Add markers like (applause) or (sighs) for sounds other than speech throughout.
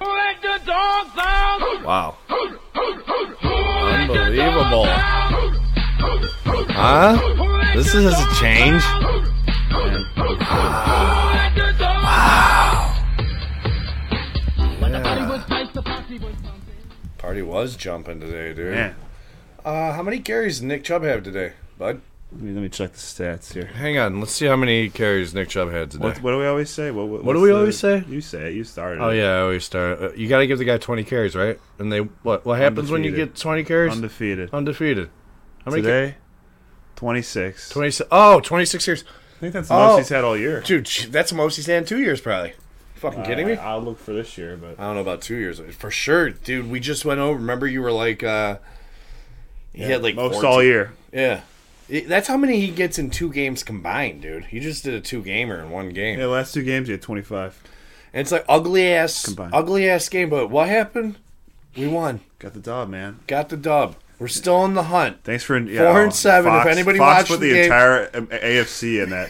the dogs out. Wow. Let the dogs Unbelievable. out. Huh? Let This the is dogs a change. out. Let the dogs Yeah. out. Party was jumping today, dude. Yeah. Uh, how many carries did Nick Chubb have today, bud? Let me, let me check the stats here. Hang on. Let's see how many carries Nick Chubb had today. What, what do we always say? What, what, What do what's we the- always say? You say it. You started. Oh it. yeah, I always start. Uh, you got to give the guy 20 carries, right? And they what? What happens when you Undefeated. get 20 carries? Undefeated. Undefeated. How many? ca- Today, 26. 26. Oh, 26 carries. I think that's the Oh. most he's had all year. Dude, sh- that's the most he's had in two years, probably. Fucking kidding me? I, will look for this year, but I don't know about two years for sure, dude. We just went over. Remember, you were like, uh he had like most 14. all year. Yeah, It- that's how many he gets in two games combined, dude. He just did a two gamer in one game. Yeah, last two games he had 25. And it's like ugly ass, Combined. ugly ass game. But what happened? We won. Got the dub, man. Got the dub. We're still in the hunt. Thanks for yeah, Four and seven. If Fox, anybody Fox watched put the the, game- entire um, AFC (laughs) in that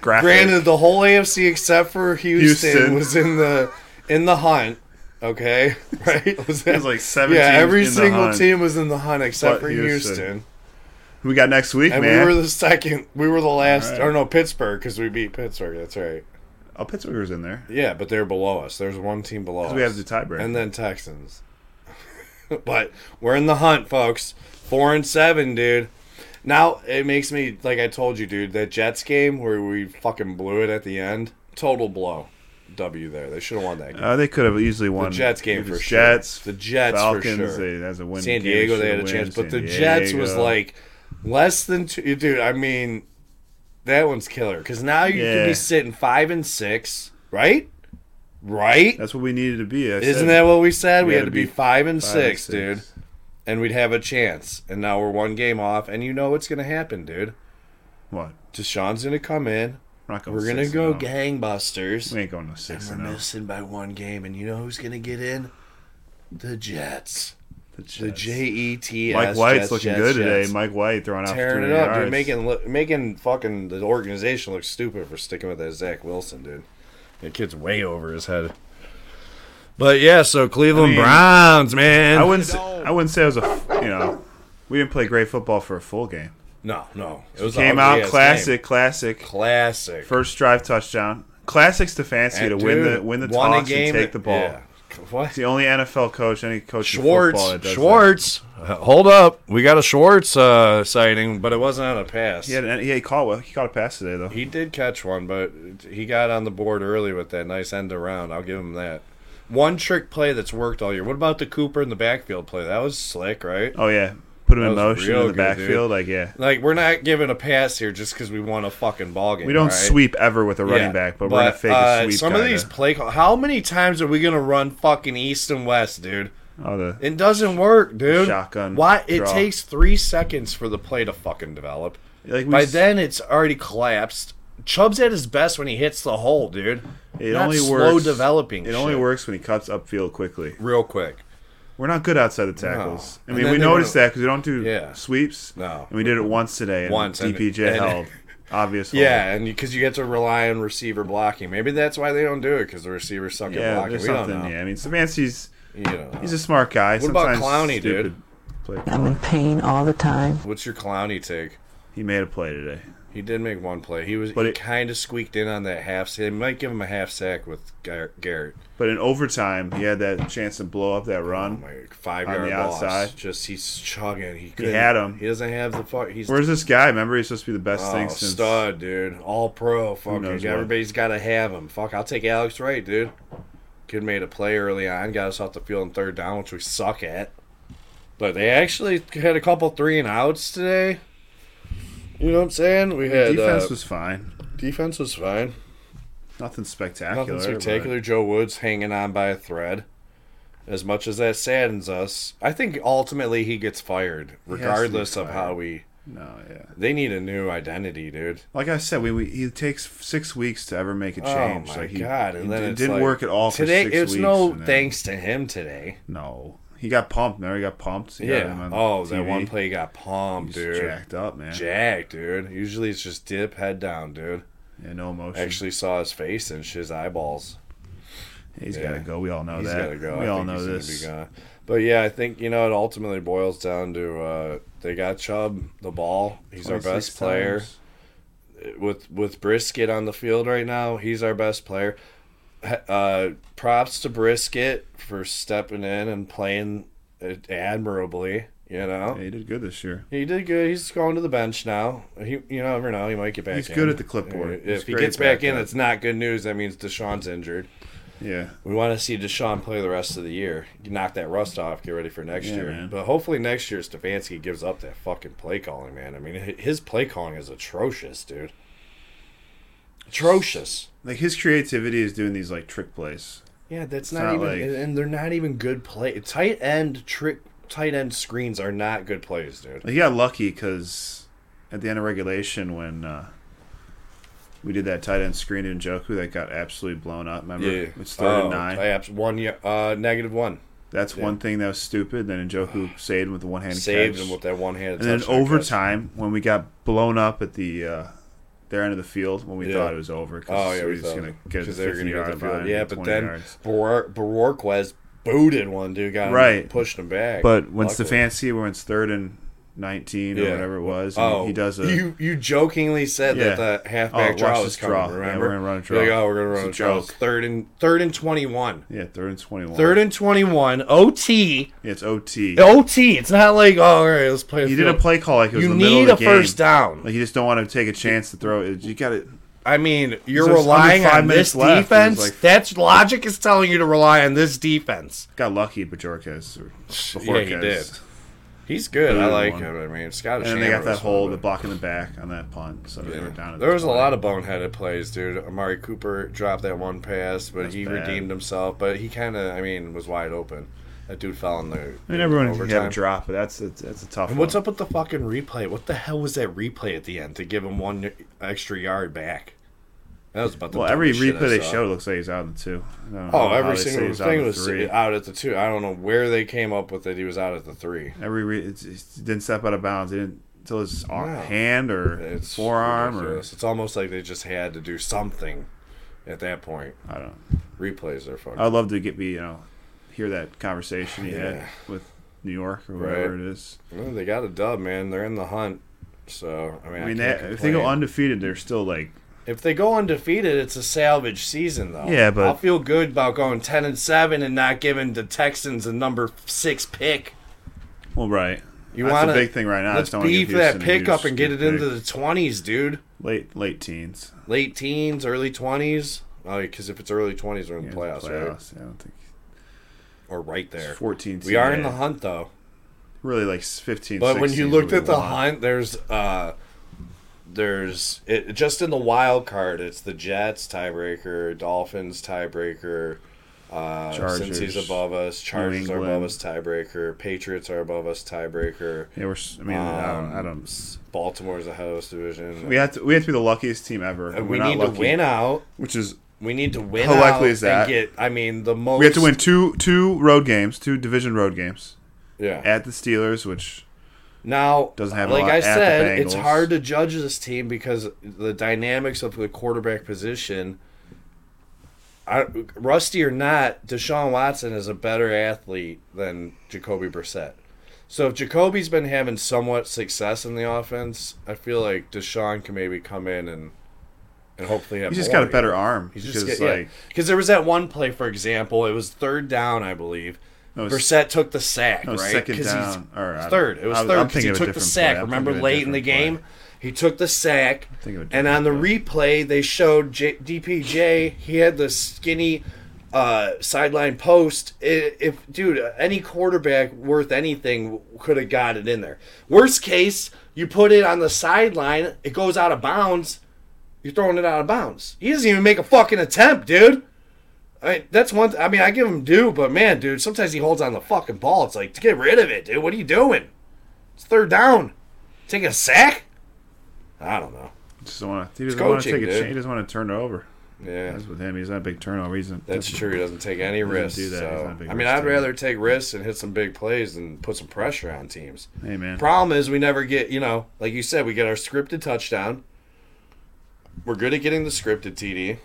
graphic. Granted, the whole AFC except for Houston, Houston. was in the in the hunt. Okay, (laughs) right? Was that, was like seven Yeah, teams every in the single hunt. team was in the hunt except But for Houston. Houston. Who we got next week, And man? we were the second. We were the last. All right. Or no, Pittsburgh because we beat Pittsburgh. That's right. oh, Pittsburgh was in there. Yeah, but they're below us. There's one team below us. We have the tiebreaker. and then Texans. (laughs) but we're in the hunt, folks. Four and seven, dude. Now it makes me like I told you, dude. That Jets game where we fucking blew it at the end, total blow. W there. They should have won that game. uh, they could have easily won. Jets game It for was sure. Jets, The Jets for Falcons, sure. They, that's a win. San game, Diego, they should've had a win. chance, but the San Jets was Diego. like less than two. Dude, I mean, that one's killer because now you could Yeah. be sitting five and six, right? Right? that's what we needed to be. I Isn't said. that what we said? We, We had had to to be be five and Five and six, dude, and we'd have a chance. And now we're one game off, and you know what's gonna happen, dude. What? Deshaun's gonna come in. We're, not going We're gonna six go and oh. gangbusters. We ain't going to and six we're and oh. missing by one game, and you know who's gonna get in? The Jets. The The Jets. J E T S. Mike White's Jets, looking Jets, good Jets. today. Mike White throwing out Tearing for it 300 up, dude. yards. Making look, making fucking the organization look stupid for sticking with that Zach Wilson, dude. That kid's way over his head. But yeah, so Cleveland I mean, Browns, man. (laughs) I wouldn't. Say, I wouldn't say it was a. You know, we didn't play great football for a full game. No, no. It was Came a out ugly-ass classic, game. classic. Classic. First drive touchdown. Classic Stefanski to win the Dude, win the won a toss game and take the that- ball. yeah. What? It's the only NFL coach, any coach in football Schwartz, that does Schwartz, Uh, hold up! We got a Schwartz uh, sighting, but it wasn't on a pass. That. He had an, yeah, he caught one- he caught a pass today though. He did catch one, but he got on the board early with that nice end around. I'll give him that. One trick play that's worked all year. What about the Cooper in the backfield play? That was slick, right? oh yeah, put him in That was motion real in the good, backfield. dude. Like yeah, Like we're not giving a pass here just because we won a fucking ball game. we don't all right? sweep ever with a running Yeah, back, but, we're gonna fake uh, a sweep. Some of kinda. these play call. How many times are we gonna run fucking east and west, dude? oh, the, It doesn't work, dude. Shotgun Why? It draw. takes three seconds for the play to fucking develop. like we By s- then, it's already collapsed. Chubb's at his best when he hits the hole, dude. it Not only slow works- developing. It only shit. works when he cuts upfield quickly. real quick. We're not good outside the tackles. No. I And mean, then we they noticed wanna- that 'cause that because we don't do Yeah. sweeps. No. and we did it once today. And Once, and- DPJ and- (laughs) held obviously. Yeah, and because you, get to rely on receiver blocking. Maybe that's why they don't do it because the receivers suck at yeah, blocking. there's We something. don't know. Yeah, I mean, Stefanski's You don't know. he's a smart guy. What about Sometimes Clowney, stupid dude? Play. I'm in pain all the time. What's your clowny take? He made a play today. He did make one play. He was But he it- kind of squeaked in on that half. They might give him a half sack with Gar- Garrett. But in overtime, he had that chance to blow up that run. Like five On yard the loss. outside. Just he's chugging. He, couldn't- had him. He doesn't have the fuck. He's Where's this guy? Remember, he's supposed to be the best oh, thing since. stud, dude. All pro. Fucking knows what. everybody's got to have him. Fuck, I'll take Alex Wright, dude. Kid made a play early on, got us off the field in third down, which we suck at. But they actually had a couple three and outs today. You know what I'm saying? We had Defense defense, was, was fine. defense was fine. Nothing spectacular. Nothing but- spectacular. Joe Woods hanging on by a thread. As much as that saddens us, I think ultimately he gets fired, has to be regardless of fired. how we. No, yeah. They need a new identity, dude. Like I said, we, we he takes six weeks to ever make a change. Oh my like he, god! And he- then it it's didn't like- work at all. For Today six it's weeks, no and then- thanks to him today. No, he got pumped. Remember, he got pumped. He got him Yeah. on Oh, that TV. one play got pumped, He's dude. Jack. jacked up, man. dude. Usually it's just dip, head down, dude. Yeah, no emotion. Actually saw his face and his eyeballs. He's Yeah. got to go. We all know He's Oh, that. got to go. We I all think know he's gonna this. Be gone. But yeah, I think you know it ultimately boils down to uh, they got Chubb the ball. He's our 26 best player times. with with Brisket on the field right now. He's our best player. H- Uh, props to Brisket for stepping in and playing it admirably. You know Yeah, he did good this year. he did good. He's going to the bench now. He you never know. He might get back. He's in. good at the clipboard. If He's he great gets back, back in, up. it's not good news. That means Deshaun's injured. Yeah. We want to see Deshaun play the rest of the year. Knock that rust off. Get ready for next Yeah, year. man. But hopefully next year Stefanski gives up that fucking play calling, man. I mean, hi- his play calling is atrocious, dude. Atrocious. Like his creativity is doing these like trick plays. Yeah, that's not not, even. like- and- and they're not even good play. Tight end trick. Tight end screens are not good plays, dude. Like, he got lucky because at the end of regulation when uh, we did that tight end screen to Njoku that got absolutely blown up. Remember? It's third and Oh, nine. I abs- one. y- Uh, negative one. That's one thing that was stupid. Then (sighs) Njoku saved him with the one hand Saved catch. him with that one handed. and then overtime when we got blown up at the uh, their end of the field when we Yeah. thought it was over because Oh yeah, we we were just thought- gonna get 'cause it they were fifty gonna get the yard field. line. Yeah, but 20 then yards. Boror- Bororquez booted one dude, got him, Right. pushed him back. but when Luckily. Stefanski when it's third and nineteen or Yeah. whatever it was, and oh, he does a you you jokingly said Yeah. that the halfback Oh, watch draw this was coming. draw. Yeah, Remember, we're gonna run a You're Like, draw. oh, we're gonna run a It's a draw. It's joke. Third and third and twenty one. yeah third and twenty one. Third and Oh, twenty one. OT. yeah, it's OT. OT. It's not like oh, all right, let's play. He did a play call like it was You the middle need a of the game. first down. Like you just don't want to take a chance to throw it. You got to I mean, you're There's under relying five on minutes this left. There's defense. like- That's logic is telling you to rely on this defense. got lucky, Bajorquez. or Yeah, he Bajorquez. did. He's good. I Another like one. him. I mean, Scottish. And then they got that hole, the But, block in the back on that punt. So they were down. At there was a 20. lot of boneheaded plays, dude. Amari Cooper dropped that one pass, but he bad. redeemed himself. But he kind of, I mean, was wide open. That dude fell in the. I mean, everyone can overtime. have a drop, but that's a, that's a tough. And what's one. up with the fucking replay? What the hell was that replay at the end to give him one extra yard back? That was about the Well, every dumbest shit replay I they saw. show looks like he's out in the two. I don't know Oh, how every they say single he's out in thing the was three. out at the two. I don't know where they came up with it. He was out at the three. Every re- it's, it's- it didn't step out of bounds. It didn't until his arm, No. hand or It's forearm ridiculous. It's almost like they just had to do something at that point. or I don't. know. Replays are fucking. I'd love to get me you know hear that conversation he had Yeah. with New York or whatever Right. it is. Well, they got a dub, man. They're in the hunt. So I mean, I mean, can't that, if they go complain. undefeated, they're still like if they go undefeated, it's a salvage season, though. Yeah, but- I'll feel good about going ten and seven and not giving the Texans a number six pick. well, right. You That's wanna- the big thing right now. I Let's just don't wanna give beef that Houston a pick up huge and get it pick. into the twenties, dude. late late teens. Late teens, early twenties. Oh, because if it's early twenties, we're in the Yeah, playoffs, right? playoffs. Yeah, I don't think Or right there. 14. We are in yeah. the hunt, though. really like 15. But when 16 you is looked what at we the want. hunt, there's uh there's it just in the wild card, it's the Jets tiebreaker, Dolphins tiebreaker, uh since he's Chargers, above us, Chargers are England. above us tiebreaker, Patriots are above us tiebreaker. yeah, we're. s- I mean, I Um, don't. I don't Baltimore's ahead of us division. we have to. We have to be the luckiest team ever. and And we're we not need lucky, to win out. which is We need to win How out. likely is that? And get, I mean, the most. we have to win two two road games, two division road games Yeah. at the Steelers, which Now, Doesn't have a like lot I at the said, it's Bengals. hard to judge this team because the dynamics of the quarterback position. I, rusty or not, Deshaun Watson is a better athlete than Jacoby Brissett. So if Jacoby's been having somewhat success in the offense, I feel like Deshaun can maybe come in and and hopefully have. he's just more, got a you better know? arm. He's because just get, yeah. like 'Cause there was that one play, for example, it was third down, I believe. No, it's- Brissett took the sack, no, it's right? second 'Cause he's- down, or, I- third. It was I was- I'm third because thinking he of a took the different sack. play. I'm Remember, thinking of a late in the different game, he took the sack, thinking of a and on the different replay they showed J- DPJ. He had the skinny uh, sideline post. I if dude, any quarterback worth anything could have got it in there. Worst case, you put it on the sideline. It goes out of bounds. You're throwing it out of bounds. He doesn't even make a fucking attempt, dude. I mean, that's one. I mean, I give him due, but man, dude, sometimes he holds on the fucking ball. It's like, get rid of it, dude. What are you doing? It's third down. Take a sack. I don't know. Just don't wanna, he doesn't want to coaching, take a dude. chance. He doesn't want to turn it over. Yeah, That's with him. He's not a big turnover. He's a, that's true. He doesn't take any risks. do that. He's not a So. big I mean, risk I'd taker. rather take risks and hit some big plays than put some pressure on teams. Hey man, Problem is, we never get. You know, like you said, we get our scripted touchdown. We're good at getting the scripted TD.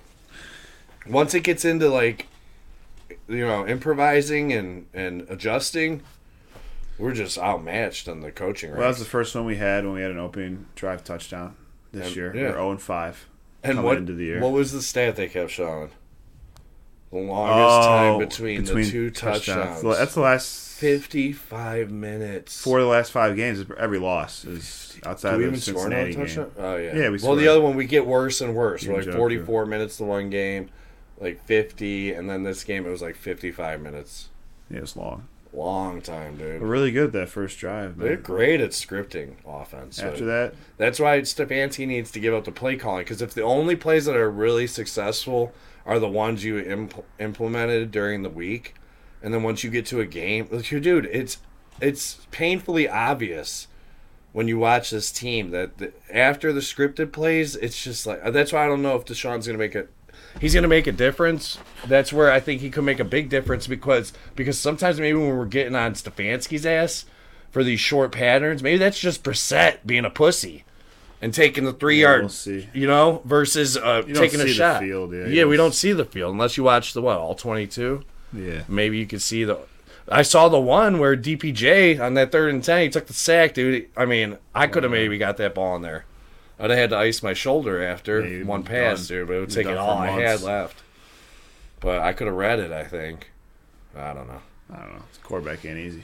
Once it gets into like you know, improvising and and adjusting, we're just outmatched on the coaching Well, that was ranks. the first one we had when we had an opening drive touchdown this And- year. yeah. We're 0 and 5 and coming what into the year. what was the stat they kept showing? The longest time Oh, between, the two touchdowns. Well, That's the last fifty-five minutes. four of the last five games. Every loss is outside Do we of even the score another Cincinnati game. touchdown? Oh yeah. Yeah, we well, scored. the other one we get worse and worse. We're like Njoku. forty-four minutes to one game, like fifty, and then this game it was like fifty-five minutes. Yeah, it's long. Long time, We're dude. really good that first drive, man. They're great at scripting offense. After but- that, That's why Stefanski needs to give up the play calling because if the only plays that are really successful are the ones you imp- implemented during the week, and then once you get to a game, like, dude, it's it's painfully obvious when you watch this team that the, after the scripted plays, it's just like uh, that's why I don't know if Deshaun's gonna make it. He's gonna make a difference. That's where I think he could make a big difference because because sometimes maybe when we're getting on Stefanski's ass for these short patterns, maybe that's just Brissett being a pussy and taking the three yard, we'll see. you know, versus uh, don't taking a see the shot. field, yeah, you yeah, we don't don't see the field unless you watch the what all twenty two yeah. maybe you could see the. I saw the one where DPJ on that third and ten, he took the sack, dude. I mean, I could have maybe got that ball in there. I'd have had to ice my shoulder after Yeah, you'd one be pass, done. dude, but it would You'd take be it done for all I had months. left. But I could have read it. I think. I don't know. I don't know. It's quarterback ain't easy.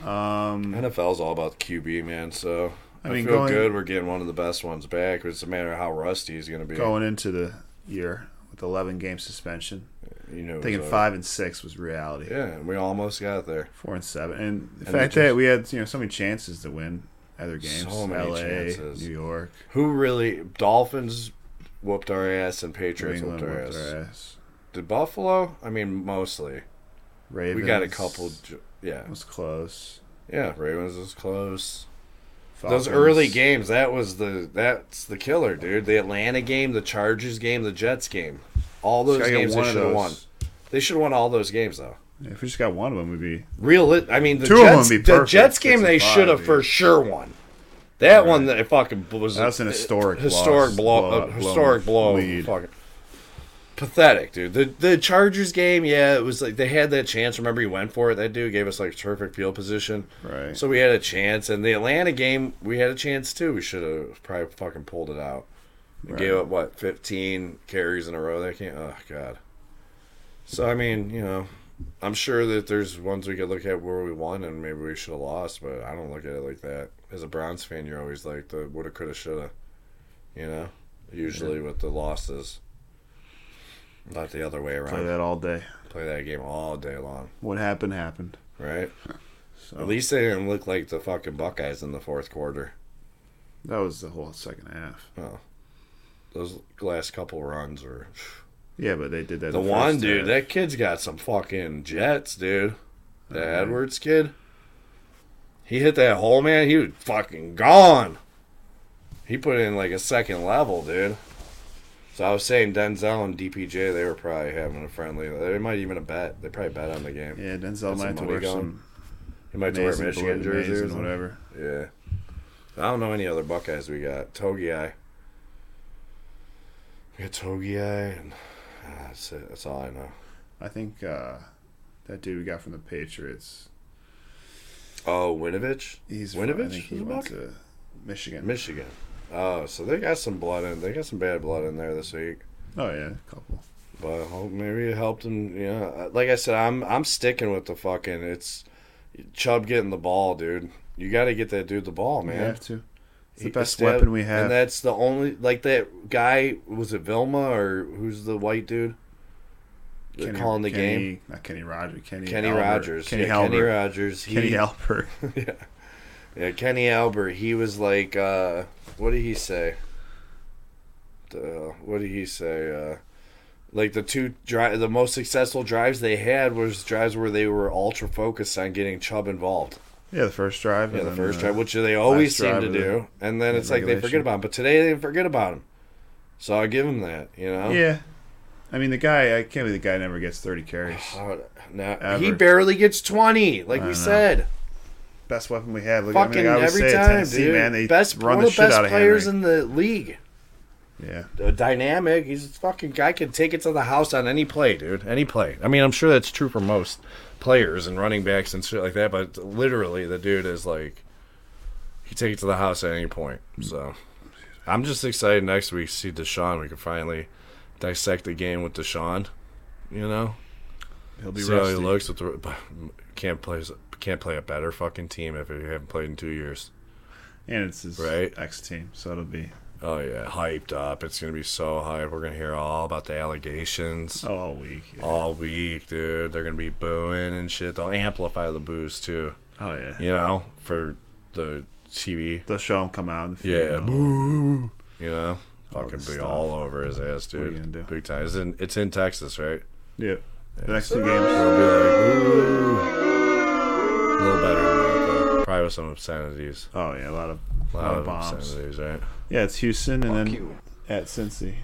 NFL's all about QB, man. So I, Mm. I mean, feel going- good. We're getting one of the best ones back. It's a matter of how rusty he's going to be. Going into the year with 11 game suspension, you know, thinking so- five and six was reality. uh, Yeah, and we almost got there. Four and seven, and the they fact just- that we had you know so many chances to win other games, So many L.A., chances. New York, Who really? Dolphins whooped our ass, and New Patriots England, whooped our whooped ass. our ass. Did Buffalo? I mean, mostly. Ravens, We got a couple. ju- Yeah, Was close. yeah. Ravens was close. Falcons. Those early games, that was the that's the killer, dude. The Atlanta game, the Chargers game, the Jets game. All those Gotta get games one they of should have those. won. They should have won all those games though. Yeah, If we just got one of them, we'd be Real, I mean, the Two of 'em Jets. be the perfect, Jets game, they 65, should have dude. for sure won. That one, that fucking was That's an historic historic loss. blow, Blowout, a historic blow, blown lead. fucking pathetic, dude. The the Chargers game, yeah, it was like they had that chance. Remember, he went for it. That dude gave us like terrific field position, Right. So we had a chance, and the Atlanta game, we had a chance too. We should have probably fucking pulled it out. We Right. Gave up what fifteen carries in a row. That can't. Oh god. So I mean, you know, I'm sure that there's ones we could look at where we won and maybe we should have lost, but I don't look at it like that. As a Browns fan, you're always like the woulda, coulda, shoulda. You know, usually with the losses, not the other way around. play that all day. Play that game all day long, What happened happened. right? At So least they didn't look like the fucking Buckeyes in the fourth quarter. that was the whole second half. Those last couple runs were Yeah, but they did that. the first one dude. half. That kid's got some fucking jets, dude. The Okay. Edwards kid. He hit that hole, man. He was fucking gone. He put in like a second level, dude. So I was saying Denzel and DPJ, they were probably having a friendly. They might even a bet. They probably bet on the game. Yeah, Denzel Got some might have to money wear going. some He might have to wear a amazing Michigan Michigan jersey or jerseys and something. whatever. Yeah. I don't know any other Buckeyes we got. Togi Eye. We got Togi Eye, and ah, that's it. That's all I know. I think uh, that dude we got from the Patriots. Oh, Winovich? He's from- I Winovich? think he is a went Buckeye? to Michigan. Michigan. Oh, so they got some blood in. They got some bad blood in there this week. oh yeah, a couple. But I hope maybe it helped him. You know, like I said, I'm I'm sticking with the fucking. It's Chubb getting the ball, dude. You got to get that dude the ball, We man. have to. It's the He- best it's that- weapon we have. And that's the only like that guy was it Vilma or who's the white dude? They're Kenny- calling the Kenny- game. Not Kenny Rogers. Kenny. Kenny Albert. Rogers. Kenny yeah, Albert. Kenny Rogers. He, Kenny Albert. yeah, Uh, Kenny Albert. He was like uh what did he say? The, what did he say? Uh like the two drive, the most successful drives they had was drives where they were ultra focused on getting Chubb involved. (laughs) yeah, the first drive. Yeah, and the then, first uh, drive, which they always last seem drive to of the- do, and then the it's like they forget regulation. about him. But today they didn't forget about him, so I give him that. You know, Yeah. I mean, the guy. I can't believe the guy never gets thirty carries. (sighs) Oh, now he Average. barely gets twenty, like I we know. said. Best weapon we have. Look, I Fucking mean, I always every say it, time, Tennessee, dude. man, they best run one the of shit the best out of players Henry. in the league. Yeah. uh, dynamic. He's a fucking guy can take it to the house on any play, dude. Any play. I mean, I'm sure that's true for most players and running backs and shit like that. But literally, the dude is like, he take it to the house at any point. So, I'm just excited next week to see Deshaun. We can finally dissect the game with Deshaun. You know, He'll be see how rusty. he looks with the can't play can't play a better fucking team if you haven't played in two years. And it's his Right. ex team, so it'll be Oh yeah, hyped up. It's gonna be so hype. We're gonna hear all about the allegations. oh, all week. Yeah. all week, dude. They're gonna be booing and shit. They'll amplify the booze too, Oh yeah. you know, for the TV. They'll show him come out. And Yeah, boo. You know, fucking be this stuff. all over his ass, are you dude. gonna do? Big time. It's in, it's in Texas, right? Yeah. The next two They'll games. be like, boo. A little better than that, though. Probably with some obscenities. Oh yeah, a lot of A a lot, lot of of bombs. obscenities, right? Yeah, it's Houston and then you. at Cincy.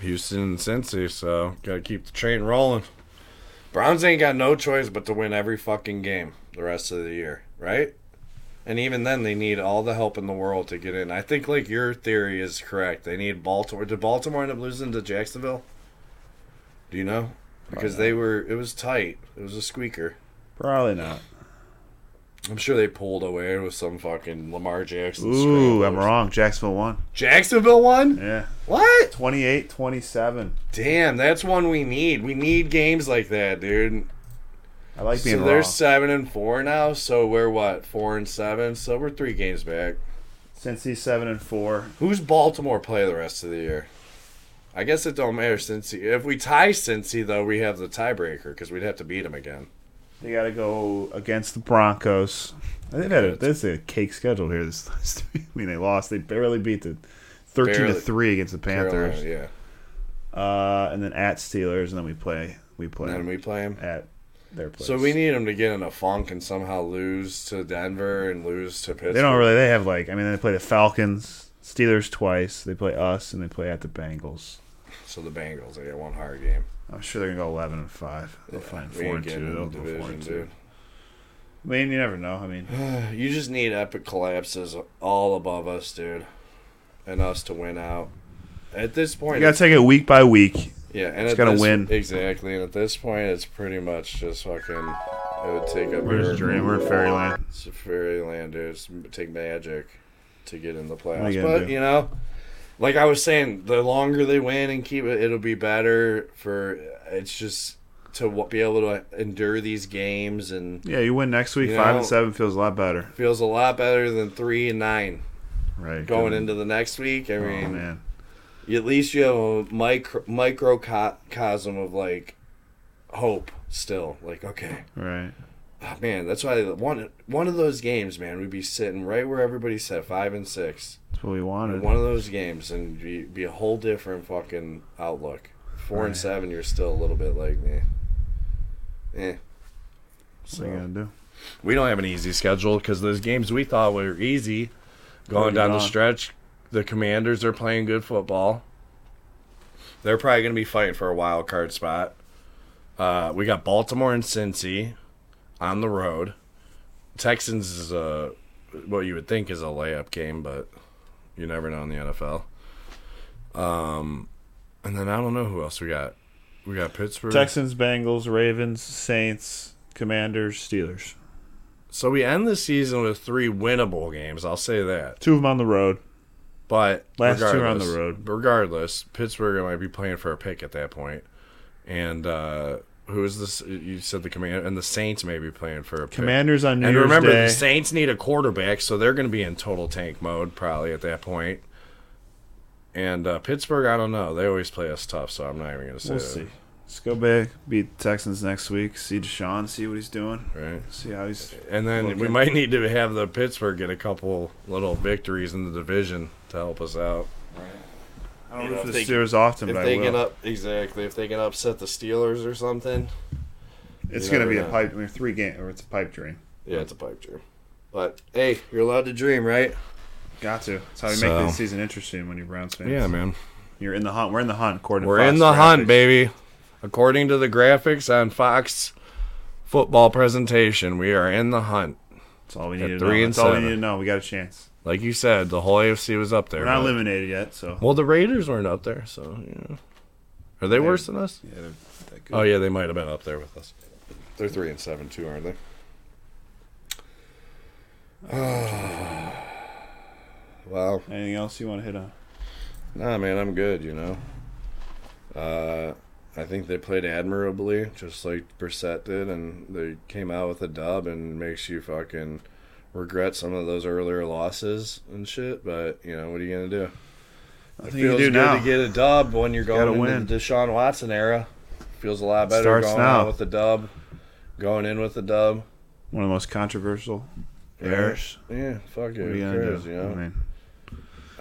Houston and Cincy, so gotta keep the train rolling. Browns ain't got no choice but to win every fucking game the rest of the year, right? And even then, they need all the help in the world to get in. I think like your theory is correct. They need Baltimore. Did Baltimore end up losing to Jacksonville? Do you know? Because Uh, they were. It was tight. It was a squeaker. Probably not. I'm sure they pulled away with some fucking Lamar Jackson. Ooh, scramble I'm or wrong. Jacksonville won. something. Jacksonville won. Yeah. What? 28 27. Damn, that's one we need. We need games like that, dude. I like being So wrong. they're seven and four now. So we're what four and seven. So we're three games back. Cincy 7 and 4. Who's Baltimore play the rest of the year? I guess it don't matter since if we tie Cincy though, we have the tiebreaker because we'd have to beat them again. They got to go against the Broncos. I think that Good. that's a cake schedule here. This last (laughs) week. I mean, they lost. They barely beat the 13 to Barely. 3 against the Panthers. Carolina, yeah. Uh, and then at Steelers, and then we play. We play And then we play them. at their place. So we need them to get in a funk and somehow lose to Denver and lose to Pittsburgh. They don't really. They have like. I mean, they play the Falcons, Steelers twice. They play us, and they play at the Bengals. So the Bengals, they got one hard game. I'm sure they're gonna go 11 and five. They'll find We four ain't and getting two. in They'll the go four division, and dude. two. I mean, you never know. (laughs) I mean, You just need epic collapses all above us, dude, and us to win out. At this point, you gotta take it week by week. yeah, and it's at gotta this- win. exactly. And at this point, it's pretty much just fucking. It would take a We're just miracle. dreaming. We're in fairyland. It's a fairyland, dude. It's m- take magic to get in the playoffs. you gonna but do? you know, like I was saying, the longer they win and keep it, it'll be better for. It's just to w- be able to endure these games and Yeah, you win next week. You five know- and seven feels a lot better. feels a lot better than three and nine Right. going good. into the next week. I Oh mean, man. at least you have a micro microcosm of like hope still like okay Right. Ah, man that's why one one of those games man we'd be sitting right where everybody's at five and six That's what we wanted. one of those games and be, be a whole different fucking outlook four and Right. seven you're still a little bit like eh. me yeah What are you gonna do? we don't have an easy schedule because those games we thought were easy going Already down the gone. stretch the commanders are playing good football they're probably going to be fighting for a wild card spot uh, we got baltimore and cincy on the road texans is a, what you would think is a layup game but you never know in the nfl um, and then i don't know who else we got we got pittsburgh Texans, Bengals, Ravens, Saints, Commanders, Steelers. so we end the season with three winnable games i'll say that Two of them on the road. But Last two are on the regardless- road. Regardless, Pittsburgh might be playing for a pick at that point. And uh, who is this? You said the command and the Saints may be playing for a pick. Commanders on New and Year's remember, Day. the Saints need a quarterback, so they're going to be in total tank mode probably at that point. And uh, Pittsburgh, I don't know. They always play us tough, so I'm not even going to say We'll that, see. Let's go back, beat the Texans next week. See Deshaun, see what he's doing. Right. See how he's. And then Well, we yeah. might need to have the Pittsburgh get a couple little victories in the division to help us out. I don't You know, root if for the they- Steelers often, If but they I can will. up exactly, if they can upset the Steelers or something, it's you gonna never be a know. pipe. I mean, three game or it's a pipe dream. Yeah, it's a pipe dream. But hey, you're allowed to dream, right? Got to. That's how we So- make this season interesting when you're Browns fans. Yeah, man. You're in the hunt. We're in the hunt. According We're to Fox in the graphics. hunt, baby. According to the graphics on Fox football presentation, we are in the hunt. That's all we At need to three know. and That's all we seven. need to know. We got a chance. Like you said, the whole AFC was up there. We're not but- eliminated yet, so Well, the Raiders weren't up there, so yeah. Are they worse than us? yeah, they're that good. Oh yeah, they might have been up there with us. They're three and seven too, aren't they? (sighs) wow. Anything else you want to hit on? Nah, man, I'm good. You know. Uh, I think they played admirably, just like Brissett did, and they came out with a dub and makes you fucking regret some of those earlier losses and shit. But you know, what are you gonna do? I It think you feels do good now. to get a dub when you're gotta going into win. the Deshaun Watson era. Feels a lot better Starts going now. out with the dub, going in with the dub. One of the most controversial Yeah. errors. Yeah, fuck it. What are Who you gonna cares, do? you know? I mean,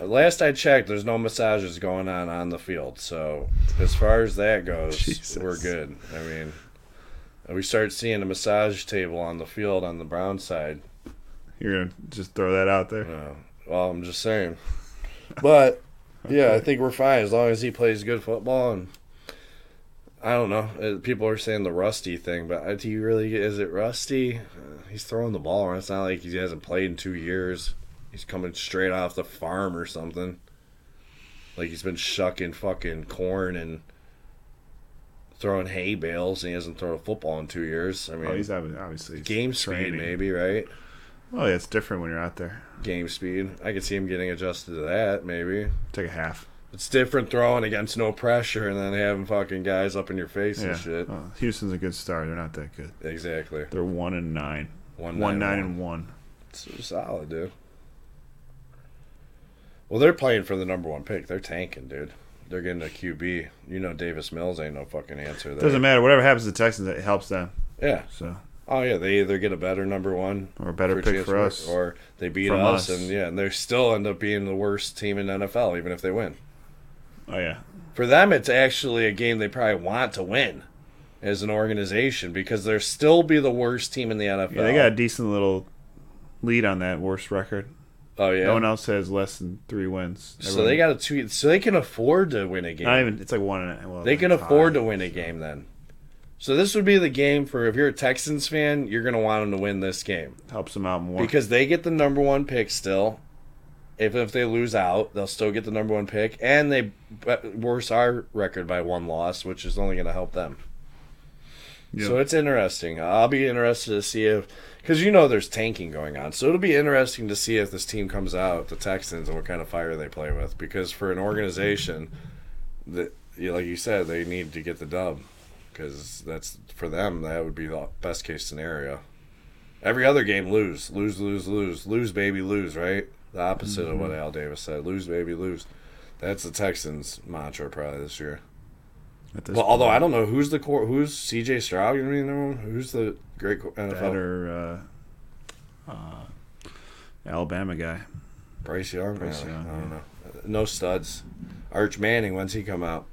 Last I checked, there's no massages going on on the field. So as far as that goes, Jesus. we're good. I mean, we start seeing a massage table on the field on the Brown side. you're gonna just throw that out there. Uh, well, I'm just saying. But yeah, I think we're fine as long as he plays good football. And I don't know. uh, People are saying the rusty thing, but uh, do you really get? Is it rusty? Uh, He's throwing the ball. around. It's not like he hasn't played in two years. He's coming straight off the farm or something. Like he's been shucking fucking corn and throwing hay bales, and he hasn't thrown a football in two years. I mean, Oh, he's obvi- obviously he's game training. speed maybe, right? Oh yeah, it's different when you're out there. game speed. I could see him getting adjusted to that, maybe. Take a half. It's different throwing against no pressure and then having fucking guys up in your face and shit. Oh, Houston's a good start. They're not that good. Exactly. They're one and nine. One One nine and one. It's solid, dude. Well, they're playing for the number one pick. They're tanking, dude. They're getting a QB. You know, Davis Mills ain't no fucking answer there. Doesn't matter. Whatever happens to the Texans, it helps them. yeah. So Oh yeah. They either get a better number one or a better pick chance for or- us. or they beat From us, us. and yeah, and they still end up being the worst team in NFL, even if they win. oh yeah. for them it's actually a game they probably want to win as an organization because they're still be the worst team in the NFL. Yeah, they got a decent little lead on that worst record. oh yeah. No one else has less than three wins. so they got a two so they can afford to win a game. not even. It's like one and a- well, they can it's afford high. to win a game then. So this would be the game for if you're a Texans fan, you're going to want them to win this game Helps them out more. because they get the number 1 pick still. If if they lose out, they'll still get the number 1 pick and they b- worse our record by one loss, which is only going to help them. Yeah. So it's interesting. I'll be interested to see if, because you know there's tanking going on. So it'll be interesting to see if this team comes out, the Texans, and what kind of fire they play with. Because for an organization that, you like you said, they need to get the dub. Because that's, for them, that would be the best case scenario. Every other game, lose, lose, lose, lose, lose, baby, lose, right? The opposite of what Mm-hmm. Al Davis said lose, baby, lose. That's the Texans' mantra probably this year. At this Well, although I don't point, know who's the core, who's C.J. Stroud. You know, what I mean? No, who's the great co- NFL that or uh, uh, Alabama guy. Bryce Young. Bryce Really? Young, I don't know. No studs. Arch Manning. When's he come out?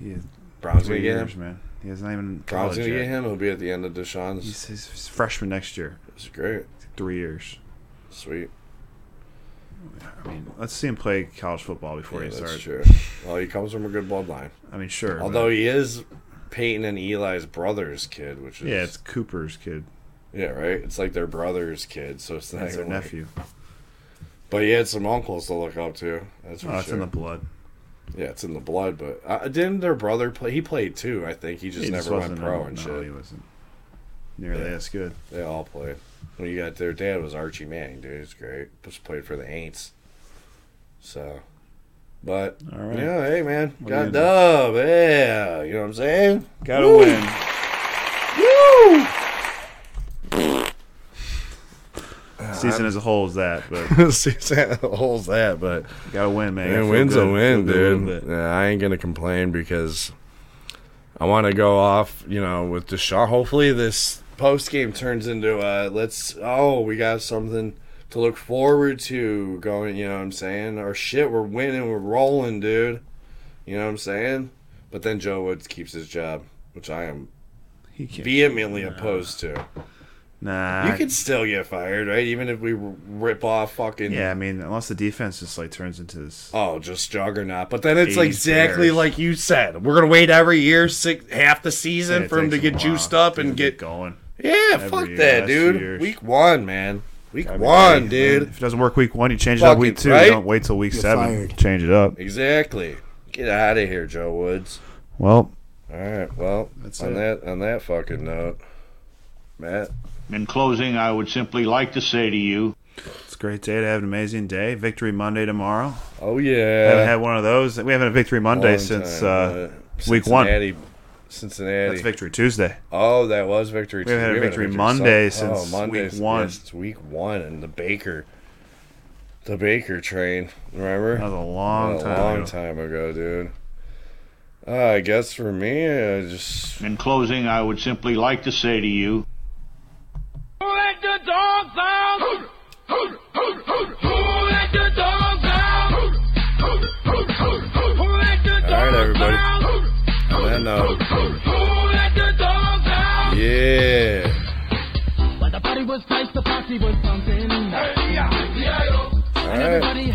He is Browns three gonna get years, him. man. He has not even Browns college gonna get yet. him. He'll be at the end of Deshaun's. He's, he's he's freshman next year. It's great. Three years. Sweet. I mean, let's see him play college football before Yeah, he that's starts. true. Well, he comes from a good bloodline. I mean, sure. but- Although he is Peyton and Eli's brother's kid, which is yeah, it's Cooper's kid. yeah, right. It's like their brother's kid, so it's not That's their even like- nephew. But he had some uncles to look up to. That's for Oh, sure. it's in the blood. Yeah, it's in the blood, but uh, didn't their brother play? He played too, I think. He just He never just went wasn't- pro and no, shit. He wasn't nearly Yeah. as good. They all played. When you got their dad was Archie Manning, dude. He's great. Just played for the Aints. So, but All right. yeah, hey man, What are got you dub, yeah. You know what I'm saying? Gotta Woo! win. Woo! Season as a whole is that, but (laughs) See, Santa holds that, but gotta win, man. Man, Gotta feel win's good- a win, feel good a dude. little bit. Yeah, I ain't gonna complain because I want to go off, you know, with Deshaun. Hopefully, this post game turns into a let's. Oh, we got something to look forward to going. You know what I'm saying? Or shit, we're winning, we're rolling, dude. You know what I'm saying? But then Joe Woods keeps his job, which I am He can't. vehemently opposed to. nah. You could still get fired, right? Even if we rip off fucking yeah, I mean, unless the defense just like turns into this. Oh, just juggernaut. But then it's 80 exactly players. like you said. We're gonna wait every year, six, half the season it for him takes to a get while juiced up to and get. going. Yeah, fuck year, that, last few dude. years. Week one, man. Week That'd be one, great. dude. If it doesn't work week one, you change it up Fucking week two. right. You don't wait till week You're seven. fired. Change it up. Exactly. Get out of here, Joe Woods. Well, All right. Well, That's on it. that on that fucking note, Matt. In closing, I would simply like to say to you, it's a great day to have an amazing day. Victory Monday tomorrow. Oh I haven't yeah. had one of those. We haven't had Victory Monday Long since time, uh, but week one. Cincinnati- Cincinnati. that's Victory Tuesday. Oh, that was victory. We haven't had a Tuesday. victory Sun- Monday since week since- one. yes, it's week one, and the Baker, the Baker train. Remember? That was a long a time. long ago. time ago, dude. Uh, I guess for me, I just in closing, I would simply like to say to you, Who let the dogs out? Who let the dogs out? Who let the dogs out? All right, everybody. on that uh, note, Who let the dogs out? yeah. When the party was nice, the party was something. Hey, yeah, yeah, yo. All And right. everybody had-